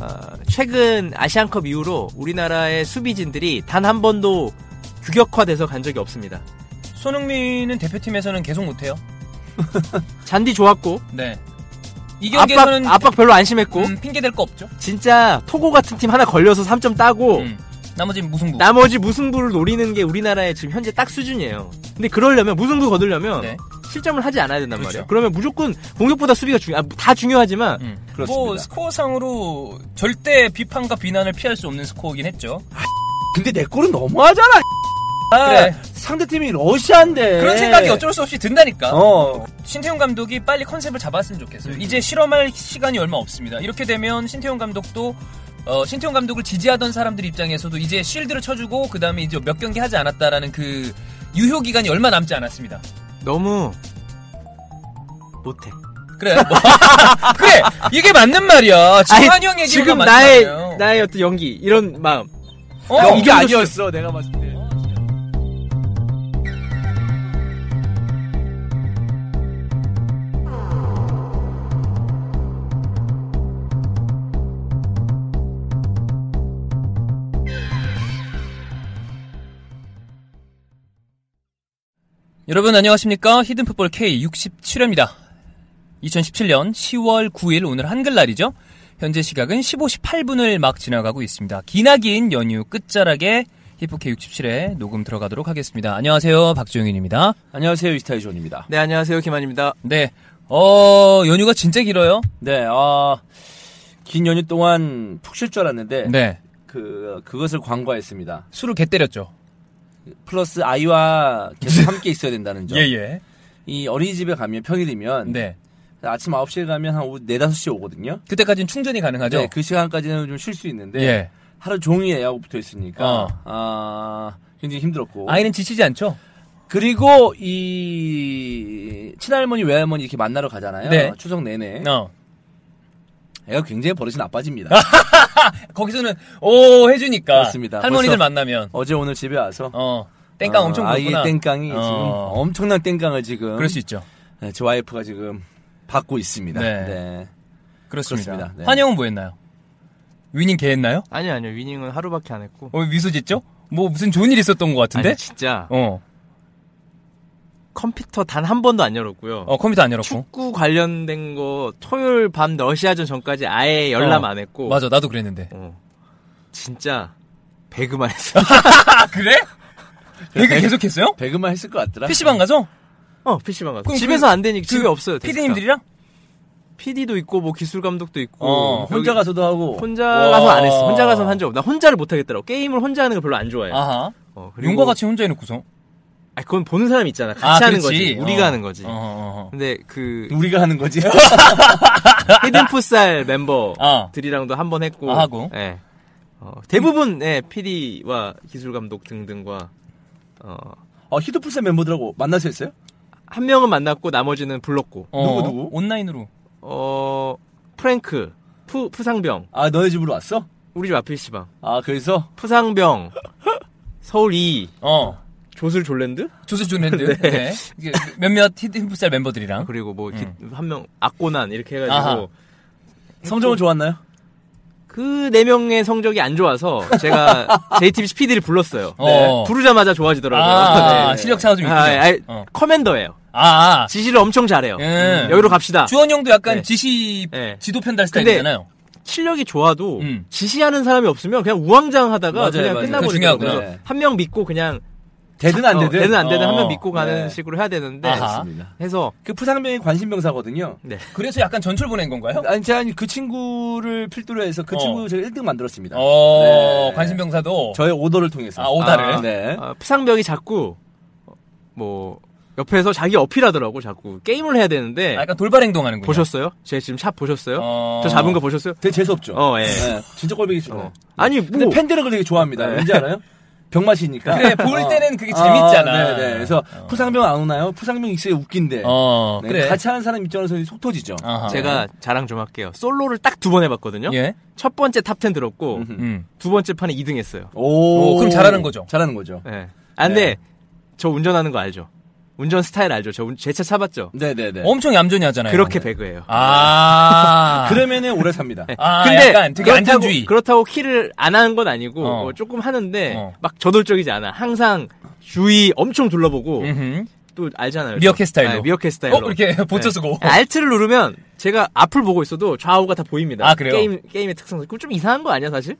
어, 최근 아시안컵 이후로 우리나라의 수비진들이 단 한 번도 규격화돼서 간 적이 없습니다. 손흥민은 대표팀에서는 계속 못해요. 잔디 좋았고 네. 이 압박, 경기에서는 압박 별로 안 심했고 음, 핑계 댈 거 없죠. 진짜 토고 같은 팀 하나 걸려서 3점 따고 음. 나머지는 무승부. 나머지 무승부를 노리는 게 우리나라의 지금 현재 딱 수준이에요. 근데 그러려면 무승부 거두려면 네. 실점을 하지 않아야 된단 그렇죠. 말이에요. 그러면 무조건 공격보다 수비가 중요. 아, 다 중요하지만 음. 뭐 그렇습니다. 스코어상으로 절대 비판과 비난을 피할 수 없는 스코어긴 했죠. 근데 내 골은 너무하잖아. 아, 그래. 상대팀이 러시아인데. 그런 생각이 네. 어쩔 음. 수 없이 든다니까. 어. 신태용 감독이 빨리 컨셉을 잡았으면 좋겠어요. 이제 실험할 시간이 얼마 없습니다. 이렇게 되면 신태용 감독도 어, 신태용 감독을 지지하던 사람들 입장에서도 이제 쉴드를 쳐주고 그 다음에 이제 몇 경기 하지 않았다라는 그 유효 기간이 얼마 남지 않았습니다. 너무 못해. 그래. 뭐. 그래. 이게 맞는 말이야. 지금 아니, 한영 얘기가 지금 맞는 나의 말이에요. 나의 어떤 연기 이런 마음 어, 나 이게 이게 아니었어. 아니었어 내가 봤을 때. 여러분 안녕하십니까? 히든풋볼 K 67회입니다. 2017년 10월 9일 오늘 한글날이죠. 현재 시각은 15시 8분을 막 지나가고 있습니다. 기나긴 연휴 끝자락에 히프 K 67회 녹음 들어가도록 하겠습니다. 안녕하세요. 박종윤입니다. 안녕하세요, 이스타의 존입니다. 네 안녕하세요 김한입니다. 네. 어, 연휴가 진짜 길어요. 네, 아, 긴 연휴 동안 푹 쉴 줄 알았는데. 네. 그, 그것을 광과했습니다. 술을 개 때렸죠. 플러스 아이와 계속 함께 있어야 된다는 점. 네. 예예. 이 어린이집에 가면 평일이면. 네. 아침 9시에 가면 한 오후 4, 5시에 오거든요. 그때까지는 충전이 가능하죠. 네, 그 네. 시간까지는 좀 쉴 수 있는데. 예. 하루 종일 애하고 붙어 있으니까. 어. 아, 굉장히 힘들었고. 아이는 지치지 않죠? 그리고 이 친할머니 외할머니 이렇게 만나러 가잖아요. 네. 추석 내내 어. 애가 굉장히 버릇이 나빠집니다. 거기서는 오 해주니까 그렇습니다. 할머니들 벌써- 만나면 어제 오늘 집에 와서 어 땡깡 어, 엄청 아이의 부르구나. 땡깡이 어, 지금 엄청난 땡깡을 지금 그럴 수 있죠. 네, 제 와이프가 지금 받고 있습니다. 네. 네. 그렇습니다. 그렇습니다. 네. 환영은 뭐 했나요? 위닝 개 했나요? 아니요 아니요 위닝은 하루밖에 안 했고. 어, 미소 짓죠? 뭐 무슨 좋은 일 있었던 것 같은데? 아니 진짜 어, 컴퓨터 단 한 번도 안 열었고요. 어 컴퓨터 안 열었고. 축구 관련된 거 토요일 밤 러시아전 전까지 아예 열람 어, 안 했고. 맞아 나도 그랬는데. 어. 진짜 배그만 했어요. 아 그래? 배그 계속했어요? 배그만 했을 것 같더라. PC방 가서? 어 PC방 가서. 그럼 집에서 안 되니까 집에 없어요. 피디님들이랑? PD도 있고 뭐 기술 감독도 있고. 어, 여기 혼자 가서도 하고 혼자 와. 가서 안 했어. 혼자 가서 는 한 적 없어. 나 혼자를 못 하겠더라고. 게임을 혼자 하는 거 별로 안 좋아해. 아하. 어, 그리고- 용과 같이 혼자 해놓고서. 아, 그건 보는 사람 있잖아. 같이 아, 하는 그렇지. 거지. 우리가 어. 하는 거지. 어, 어, 어. 근데 그 우리가 하는 거지. 히든풋살 아. 멤버들이랑도 한 번 했고. 아, 하고. 예. 어, 대부분 예, PD와 기술 감독 등등과 어, 어, 히드풀스 멤버들하고 만나서 했어요? 한 명은 만났고 나머지는 불렀고. 어, 누구, 누구? 온라인으로. 어, 프랭크, 푸, 푸상병, 아 너네 집으로 왔어? 우리 집 앞에 시방. 아 그래서 푸상병, 서울 2, 어. 조슬 졸랜드? 조수 존랜드 네. 이게 몇몇 히든풋살 멤버들이랑 그리고 뭐 한 명 악고난 이렇게 해가지고 아하. 성적은 좋았나요? 그 네 명의 성적이 안 좋아서 제가 JTBC PD를 불렀어요. 네. 어. 부르자마자 좋아지더라고요. 아, 네. 실력 차가 좀 있죠. 아, 아, 어. 커맨더예요. 아, 아. 지시를 엄청 잘해요. 음, 예. 여기로 갑시다. 주원 형도 약간 네. 지시 네. 지도 편달 근데 스타일이잖아요. 실력이 좋아도 음. 지시하는 사람이 없으면 그냥 우왕좌왕하다가 맞아요, 그냥 맞아요. 그거 끝나버리고 중요하구나. 그래서 네. 한 명 믿고 그냥 되든 안 되든. 어, 되든 안 되든 한 어, 명 믿고 가는 네. 식으로 해야 되는데 아하. 맞습니다. 해서 그 푸상병이 관심병사거든요. 그래서 약간 전출 네. 보낸 건가요? 아니, 제가 아니, 그 친구를 필두로 해서 그 어. 친구 제가 1등 만들었습니다. 어, 네. 관심병사도 저의 오더를 통해서. 아, 오다를. 네. 어, 푸상병이 자꾸 뭐 옆에서 자기 어필하더라고 자꾸 게임을 해야 되는데 아, 약간 돌발 행동하는군요. 보셨어요? 제 지금 샵 보셨어요? 어. 저 잡은 거 보셨어요? 되게 재수없죠. 어, 예. 네, 진짜 꼴보기 싫어. 어. 아니 근데 뭐 팬들은 그걸 되게 좋아합니다. 왠지 알아요? 병맛이니까. 네. 어. 그래, 볼 때는 그게 재밌잖아. 네, 네. 그래서 푸상병 안 오나요? 푸상병 있어요 웃긴데. 어, 네, 그래. 같이 하는 사람 입장에서는 속 터지죠. 아하. 제가 자랑 좀 할게요. 솔로를 딱 두 번 해봤거든요. 예. 첫 번째 탑 10 들었고 음흠. 음. 두 번째 판에 2등 했어요. 오, 오, 그럼 잘하는 거죠. 잘하는 거죠. 예. 아, 근데 저 운전하는 거 알죠? 운전 스타일 알죠? 저 제 차 사봤죠? 네, 네, 네. 엄청 얌전히 하잖아요. 그렇게 배그예요. 아. 그러면은 오래 삽니다. 아, 약간 되게 안전주의. 그렇다고 키를 안 하는 건 아니고 어. 뭐 조금 하는데 어. 막 저돌적이지 않아. 항상 주위 엄청 둘러보고 음흠. 또 알잖아요. 미어캣 스타일로. 아, 미어캣 스타일로. 어, 이렇게 보초 쓰고. 네. 알트를 누르면 제가 앞을 보고 있어도 좌우가 다 보입니다. 아, 그래요? 게임 게임의 특성상 그좀 이상한 거 아니야 사실?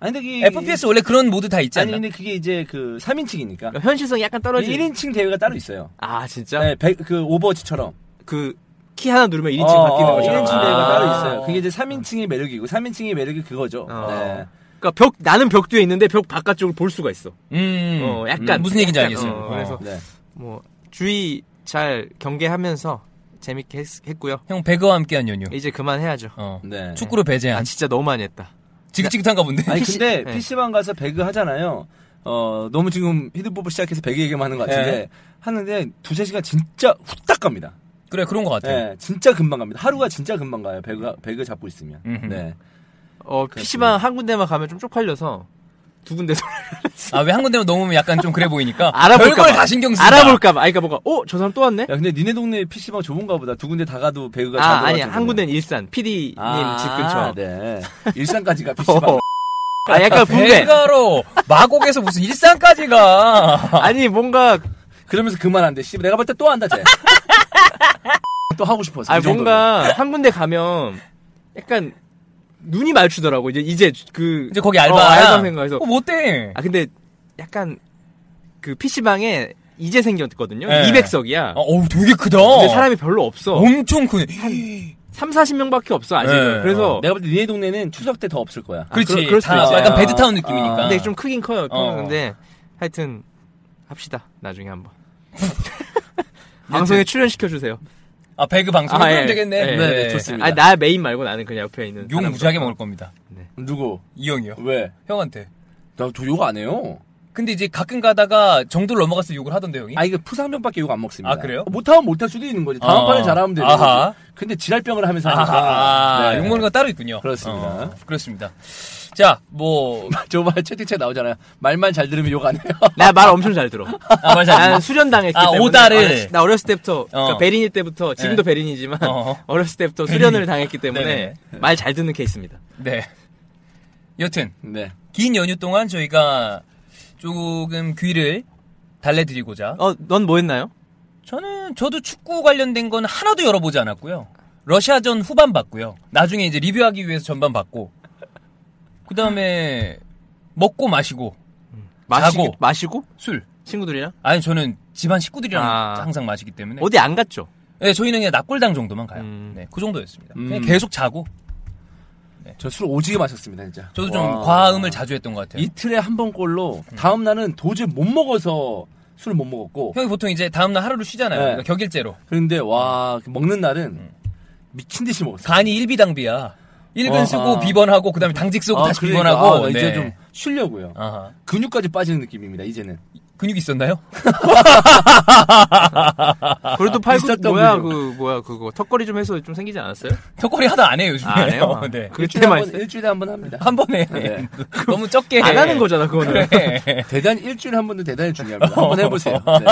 아니, 근데 그 FPS 원래 그런 모드 다 있지 아니, 않나? 근데 그게 이제 그 3인칭이니까. 그러니까 현실성이 약간 떨어지는. 1인칭 대회가 따로 있어요. 아 진짜? 네, 백- 그 오버워치처럼. 그 키 하나 누르면 1인칭 어, 바뀌는 어, 거잖아. 1인칭 아. 대회가 따로 있어요. 그게 이제 3인칭의 매력이고, 3인칭의 매력이 그거죠. 어. 네. 그러니까 벽 나는 벽 뒤에 있는데 벽 바깥쪽을 볼 수가 있어. 음. 어, 약간. 음, 무슨 얘기인지 약간, 알겠어요. 어, 그래서- 네. 뭐 주의 잘 경계하면서 재밌게 했, 고요 형 배그와 함께한 연휴. 이제 그만 해야죠. 어. 네. 축구로 아 배제한. 진짜 너무 많이 했다. 지긋지긋한가 본데. 아니, PC 근데 네. PC방 가서 배그 하잖아요. 어, 너무 지금 히든법을 시작해서 배그 얘기만 하는 것 같은데, 네. 하는데 두세 시간 진짜 후딱 갑니다. 그래 그런 것 같아요. 네, 진짜 금방 갑니다. 하루가 진짜 금방 가요. 배그, 배그 잡고 있으면. 음흠. 네. 어 PC방 한 군데만 가면 좀 쪽팔려서 두 군데 돌 아 왜 한 군데만 넘으면 약간 좀 그래 보이니까. 알아볼까 별걸 봐. 다 신경 쓰다. 알아볼까 봐. 아 그러니까 뭐가 어 저 사람 또 왔네? 야, 근데 니네 동네 PC방 좁은가 보다. 두 군데 다 가도 배그가 다 아 아니 들어가지고. 한 군데는 일산 PD님 아, 집 근처. 네. 일산까지가 어. PC방. 아 약간 분배. 배가로 마곡에서 무슨 일산까지 가. 아니 뭔가 그러면서 그만 안 돼. 씨, 내가 볼 때 또 한다, 쟤. 또 하고 싶어서. 아 이 정도는. 뭔가 한 군데 가면 약간 눈이 마주치더라고 이제 이제 그 이제 거기 어, 알바. 알바 생각해서 어, 못돼. 아 근데 약간 그 PC방에 이제 생겼거든요. 네. 200석이야. 어우 되게 크다. 근데 사람이 별로 없어. 엄청 크네. 3, 40명밖에 없어 아직은. 네. 그래서 내가 볼 때 니네 동네는 추석 때 더 없을 거야. 아, 그렇지. 그럴- 그럴 수도 다 있어요. 약간 베드타운 느낌이니까. 아. 근데 좀 크긴 커요. 어. 근데 하여튼 합시다. 나중에 한번. 방송에 출연시켜 주세요. 아 배그 방송 아, 그럼 예. 되겠네. 예. 네, 네, 좋습니다. 아, 나 메인 말고 나는 그냥 옆에 있는 욕 사람. 무지하게 먹을 겁니다. 누구? 이 형이요. 왜? 형한테. 나저욕 안 해요. 근데 이제 가끔 가다가 정도를 넘어가서 욕을 하던데 형이. 아 이게 푸상병밖에 욕 안 먹습니다. 아, 그래요? 못하면 못할 수도 있는 거지. 다음 어. 판에 잘하면 되는 아하. 거지. 근데 지랄병을 하면서 아하, 하니까. 네. 네. 욕 먹는 건 따로 있군요. 어, 그렇습니다. 그렇습니다. 자, 뭐, 저번에 채팅창 나오잖아요. 말만 잘 들으면 욕 안 해요. 나말 엄청 잘 들어. 아, 맞아. 난 수련당했기 아, 때문에. 오다를. 아, 나 어렸을 때부터, 그러니까 베린이 때부터, 지금도 네. 베린이지만, 어허. 어. 렸을 때부터 수련을 당했기 때문에 네네. 말 잘 듣는 케이스입니다. 네. 여튼, 네. 긴 연휴 동안 저희가 조금 귀를 달래드리고자. 어, 넌 뭐 했나요? 저는, 저도 축구 관련된 건 하나도 열어보지 않았고요. 러시아전 후반 봤고요. 나중에 이제 리뷰하기 위해서 전반 봤고. 그 다음에, 먹고 마시고, 마시, 자고. 마시고? 술. 친구들이랑? 아니, 저는 집안 식구들이랑 아. 항상 마시기 때문에. 어디 안 갔죠? 네, 저희는 그냥 낙골당 정도만 가요. 음. 네, 그 정도였습니다. 그냥 음. 계속 자고, 저 술 오지게 마셨습니다, 진짜. 저도 와. 좀 과음을 자주 했던 것 같아요. 이틀에 한 번 꼴로 다음 날은 도저히 못 먹어서 술을 못 먹었고. 형이 보통 이제 다음날 하루를 쉬잖아요. 네. 그러니까 격일제로. 그런데 와, 음. 먹는 날은 미친 듯이 먹었어요. 간이 일비당비야. 일근 아하. 쓰고 비번하고 그다음에 당직 쓰고 아, 다시 그러니까. 비번하고 아, 이제 어, 네. 좀 쉬려고요. 아하. 근육까지 빠지는 느낌입니다, 이제는. 근육이 있었나요? 아, 그래도 팔굽 비쌌던 뭐야 분이요. 그 뭐야 그거 턱걸이 좀 해서 좀 생기지 않았어요? 턱걸이 하다 안 해요 요즘에. 아, 안 해요? 네. 일주일에 그때만 한 번, 했어요. 일주일에 한 번 합니다. 한 번에 네. 너무 적게 네. 안 해. 하는 거잖아 그거는. 그래. 대단 일주일에 한 번도 대단히 중요합니다. 한 번 해보세요. 네.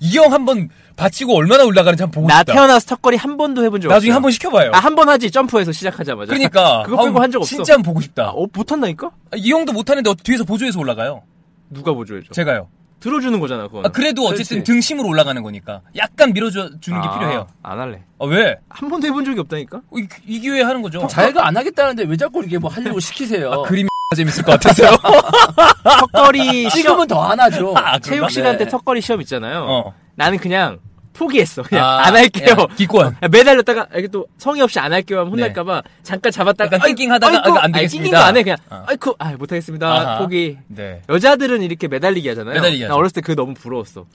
이형 한 번 받치고 얼마나 올라가는지 한번 보고 나 싶다. 태어나서 턱걸이 한 번도 해본 적 없어. 나중에 한 번 시켜봐요. 아, 한 번 하지 점프해서 시작하자마자. 그러니까 그거 빼고 아, 한 적 없어. 진짜 한번 보고 싶다. 어 못한다니까? 이 형도 못하는데 어- 뒤에서 보조해서 올라가요. 누가 보조해줘? 제가요. 들어주는 거잖아 어. 그거. 아, 그래도 어쨌든 그렇지. 등심으로 올라가는 거니까 약간 밀어주는 게 아. 필요해요. 안 할래. 아, 왜? 한 번도 해본 적이 없다니까? 이, 이 기회에 하는 거죠. 어, 아, 자기가 안 하겠다는데 왜 자꾸 이렇게 뭐 하려고 시키세요? 그림 재밌을 것 같아서요. 턱걸이 시험 지금은 더 안 하죠. 아, 그런가? 체육 시간 때 네. 턱걸이 시험 있잖아요. 어. 나는 그냥 포기했어. 그냥 아, 안 할게요. 야, 기권. 네. 어, 매달렸다가 이게 또 성의 없이 안 할게요 하면 혼날까봐 잠깐 잡았다가 약간 낑낑하다가 아이고, 아, 안 아이, 되겠습니다. 낑낑도 안 해. 그냥 어. 아이쿠 아 못하겠습니다. 아하. 포기. 네. 여자들은 이렇게 매달리기 하잖아요. 매달리기 나 하죠. 어렸을 때 그거 너무 부러웠어.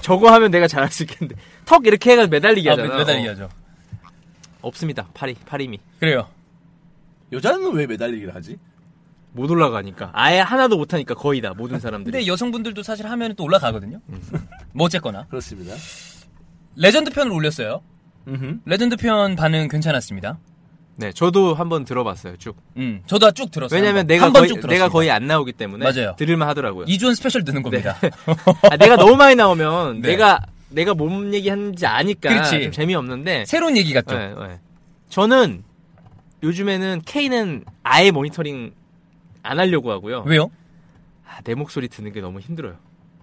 저거 하면 내가 잘할 수 있겠는데 턱 이렇게 해가 매달리기 아, 하잖아. 매달리기 어. 하죠. 없습니다. 파리 파리미 그래요. 여자는 왜 매달리기를 하지? 못 올라가니까 아예 하나도 못하니까 거의 다 모든 사람들이. 근데 여성분들도 사실 하면 또 올라가거든요. 음. 뭐 어쨌거나 그렇습니다. 레전드 편을 올렸어요. 음흠. 레전드 편 반응 괜찮았습니다. 네, 저도 한번 들어봤어요 쭉. 음, 저도 쭉 들었어요. 왜냐면 한번. 내가 한번 거의 쭉 들었습니다. 내가 거의 안 나오기 때문에 맞아요. 들을만 하더라고요. 이주원 스페셜 듣는 겁니다. 아, 내가 너무 많이 나오면 네. 내가 내가 뭔 얘기하는지 아니까 그렇지. 좀 재미없는데 새로운 얘기 같죠. 예, 예. 저는 요즘에는 K는 아예 모니터링 안 하려고 하고요. 왜요? 아, 내 목소리 듣는 게 너무 힘들어요.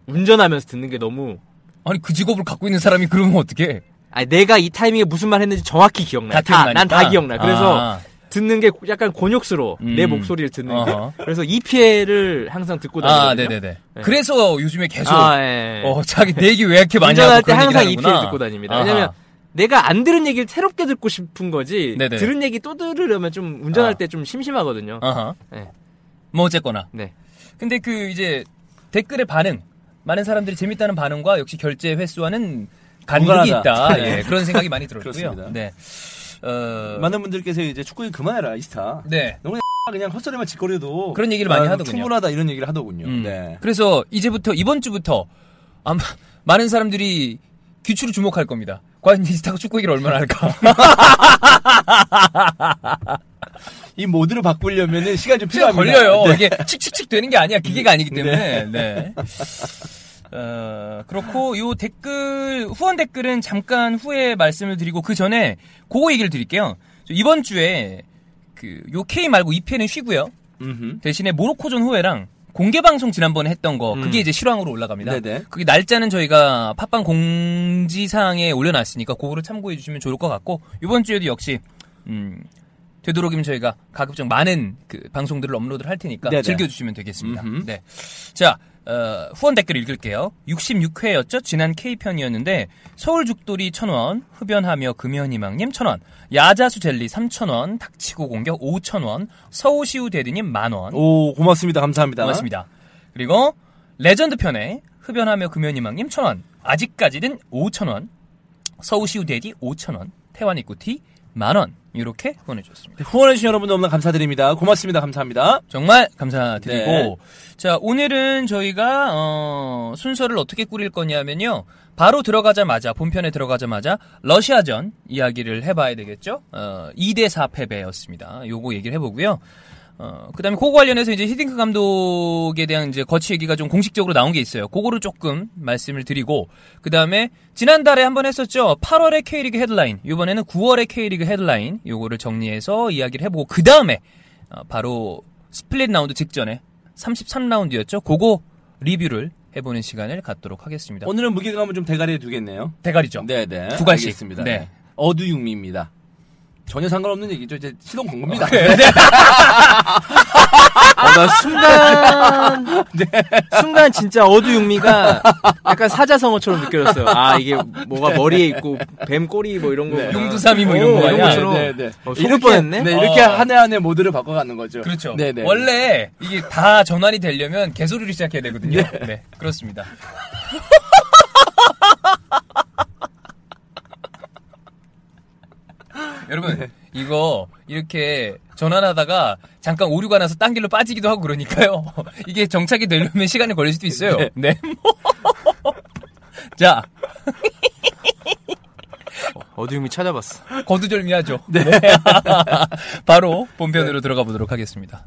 운전하면서 듣는 게 너무 아니 그 직업을 갖고 있는 사람이 그러면 어떻게? 아니 내가 이 타이밍에 무슨 말 했는지 정확히 기억나요. 같은 다, 난 말이니까. 다 기억나. 그래서 아. 듣는 게 약간 곤욕스러워. 내 음. 목소리를 듣는 어허. 게. 그래서 EPL을 항상 듣고 다니거든요. 아, 네네네. 네. 그래서 요즘에 계속 아, 예. 어 자기 내 얘기 왜 이렇게 많이 하고 운전할 때 그런 얘기를 항상 하는구나. EPL 듣고 다닙니다. 아하. 왜냐면 내가 안 들은 얘기를 새롭게 듣고 싶은 거지 네네. 들은 얘기 또 들으려면 좀 운전할 아. 때 좀 심심하거든요. 아하. 네. 뭐 어쨌거나. 네. 근데 그 이제 댓글의 반응 많은 사람들이 재밌다는 반응과 역시 결제 횟수와는 간격이 번갈아다. 네. 있다. 예, 그런 생각이 많이 들었고요. 그렇습니다. 네. 어, 많은 분들께서 이제 축구 얘기 그만해라 이스타. 아, 네. 그냥 헛소리만 짓거려도 그런 얘기를 많이 아, 하더군요. 충분하다 이런 얘기를 하더군요. 음. 네. 그래서 이제부터 이번 주부터 아마 많은 사람들이 귀추를 주목할 겁니다. 과연 이스타가 축구 얘기를 얼마나 할까? 이 모드를 바꾸려면은 시간 좀 시간 필요합니다. 걸려요. 네. 이게 칙칙칙 되는 게 아니야. 기계가 아니기 때문에. 네. 어, 그렇고 요 댓글 후원 댓글은 잠깐 후에 말씀을 드리고 그 전에 그거 얘기를 드릴게요. 저 이번 주에 그요 K 말고 EPL은 쉬고요. 음흠. 대신에 모로코전 후회랑 공개 방송 지난번에 했던 거 그게 이제 실황으로 올라갑니다. 음. 네네. 그게 날짜는 저희가 팟빵 공지사항에 올려놨으니까 그거를 참고해 주시면 좋을 것 같고 이번 주에도 역시 음, 되도록이면 저희가 가급적 많은 그 방송들을 업로드를 할 테니까 네네. 즐겨주시면 되겠습니다. 음흠. 네. 자, 어, 후원 댓글 읽을게요. 66회였죠? 지난 K편이었는데, 서울 죽돌이 1000원, 흡연하며 금연희망님 1000원, 야자수 젤리 3000원, 닥치고 공격 5000원, 서우시우 대리님 만원. 오 고맙습니다. 감사합니다. 고맙습니다. 그리고 레전드 편에 흡연하며 금연희망님 1000원, 아직까지는 5000원, 서우시우 대디 5000원, 태완이꾸티 만원. 이렇게 후원해줬습니다. 네, 후원해주신 여러분 너무나 감사드립니다. 고맙습니다. 감사합니다. 정말 감사드리고 네. 자 오늘은 저희가 어, 순서를 어떻게 꾸릴 거냐면요 바로 들어가자마자 본편에 들어가자마자 러시아전 이야기를 해봐야 되겠죠 어, 2대4 패배였습니다 요거 얘기를 해보고요 어, 그다음에 그거 관련해서 이제 히딩크 감독에 대한 이제 거치 얘기가 좀 공식적으로 나온 게 있어요. 그거를 조금 말씀을 드리고 그다음에 지난달에 한번 했었죠. 8월의 K리그 헤드라인, 이번에는 9월의 K리그 헤드라인 요거를 정리해서 이야기를 해보고 그다음에 어, 바로 스플릿 라운드 직전에 33라운드였죠. 그거 리뷰를 해보는 시간을 갖도록 하겠습니다. 어, 오늘은 무게감은 좀 대가리에 두겠네요. 대가리죠. 네네. 두 갈씩. 알겠습니다. 네. 네. 어두육미입니다. 전혀 상관없는 얘기죠. 이제 시동 건 겁니다. 아, 나 순간 네. 순간 진짜 어두육미가 약간 사자성어처럼 느껴졌어요. 아 이게 뭐가 머리에 있고 뱀 꼬리 뭐 이런 거 네. 용두삼이 뭐 이런 오, 거 이런 아니야? 것처럼. 네, 네, 네. 어, 속을 뻔했네. 네, 이렇게 어. 한 해 한 해 모드를 바꿔가는 거죠. 그렇죠. 네네. 원래 이게 다 전환이 되려면 개소리를 시작해야 되거든요. 네, 그렇습니다. 여러분 이거 이렇게 전환하다가 잠깐 오류가 나서 딴 길로 빠지기도 하고 그러니까요. 이게 정착이 되려면 시간이 걸릴 수도 있어요. 네. 뭐. 자 어두육미 찾아봤어. 거두절미하죠. 네. 바로 본편으로 들어가 보도록 하겠습니다.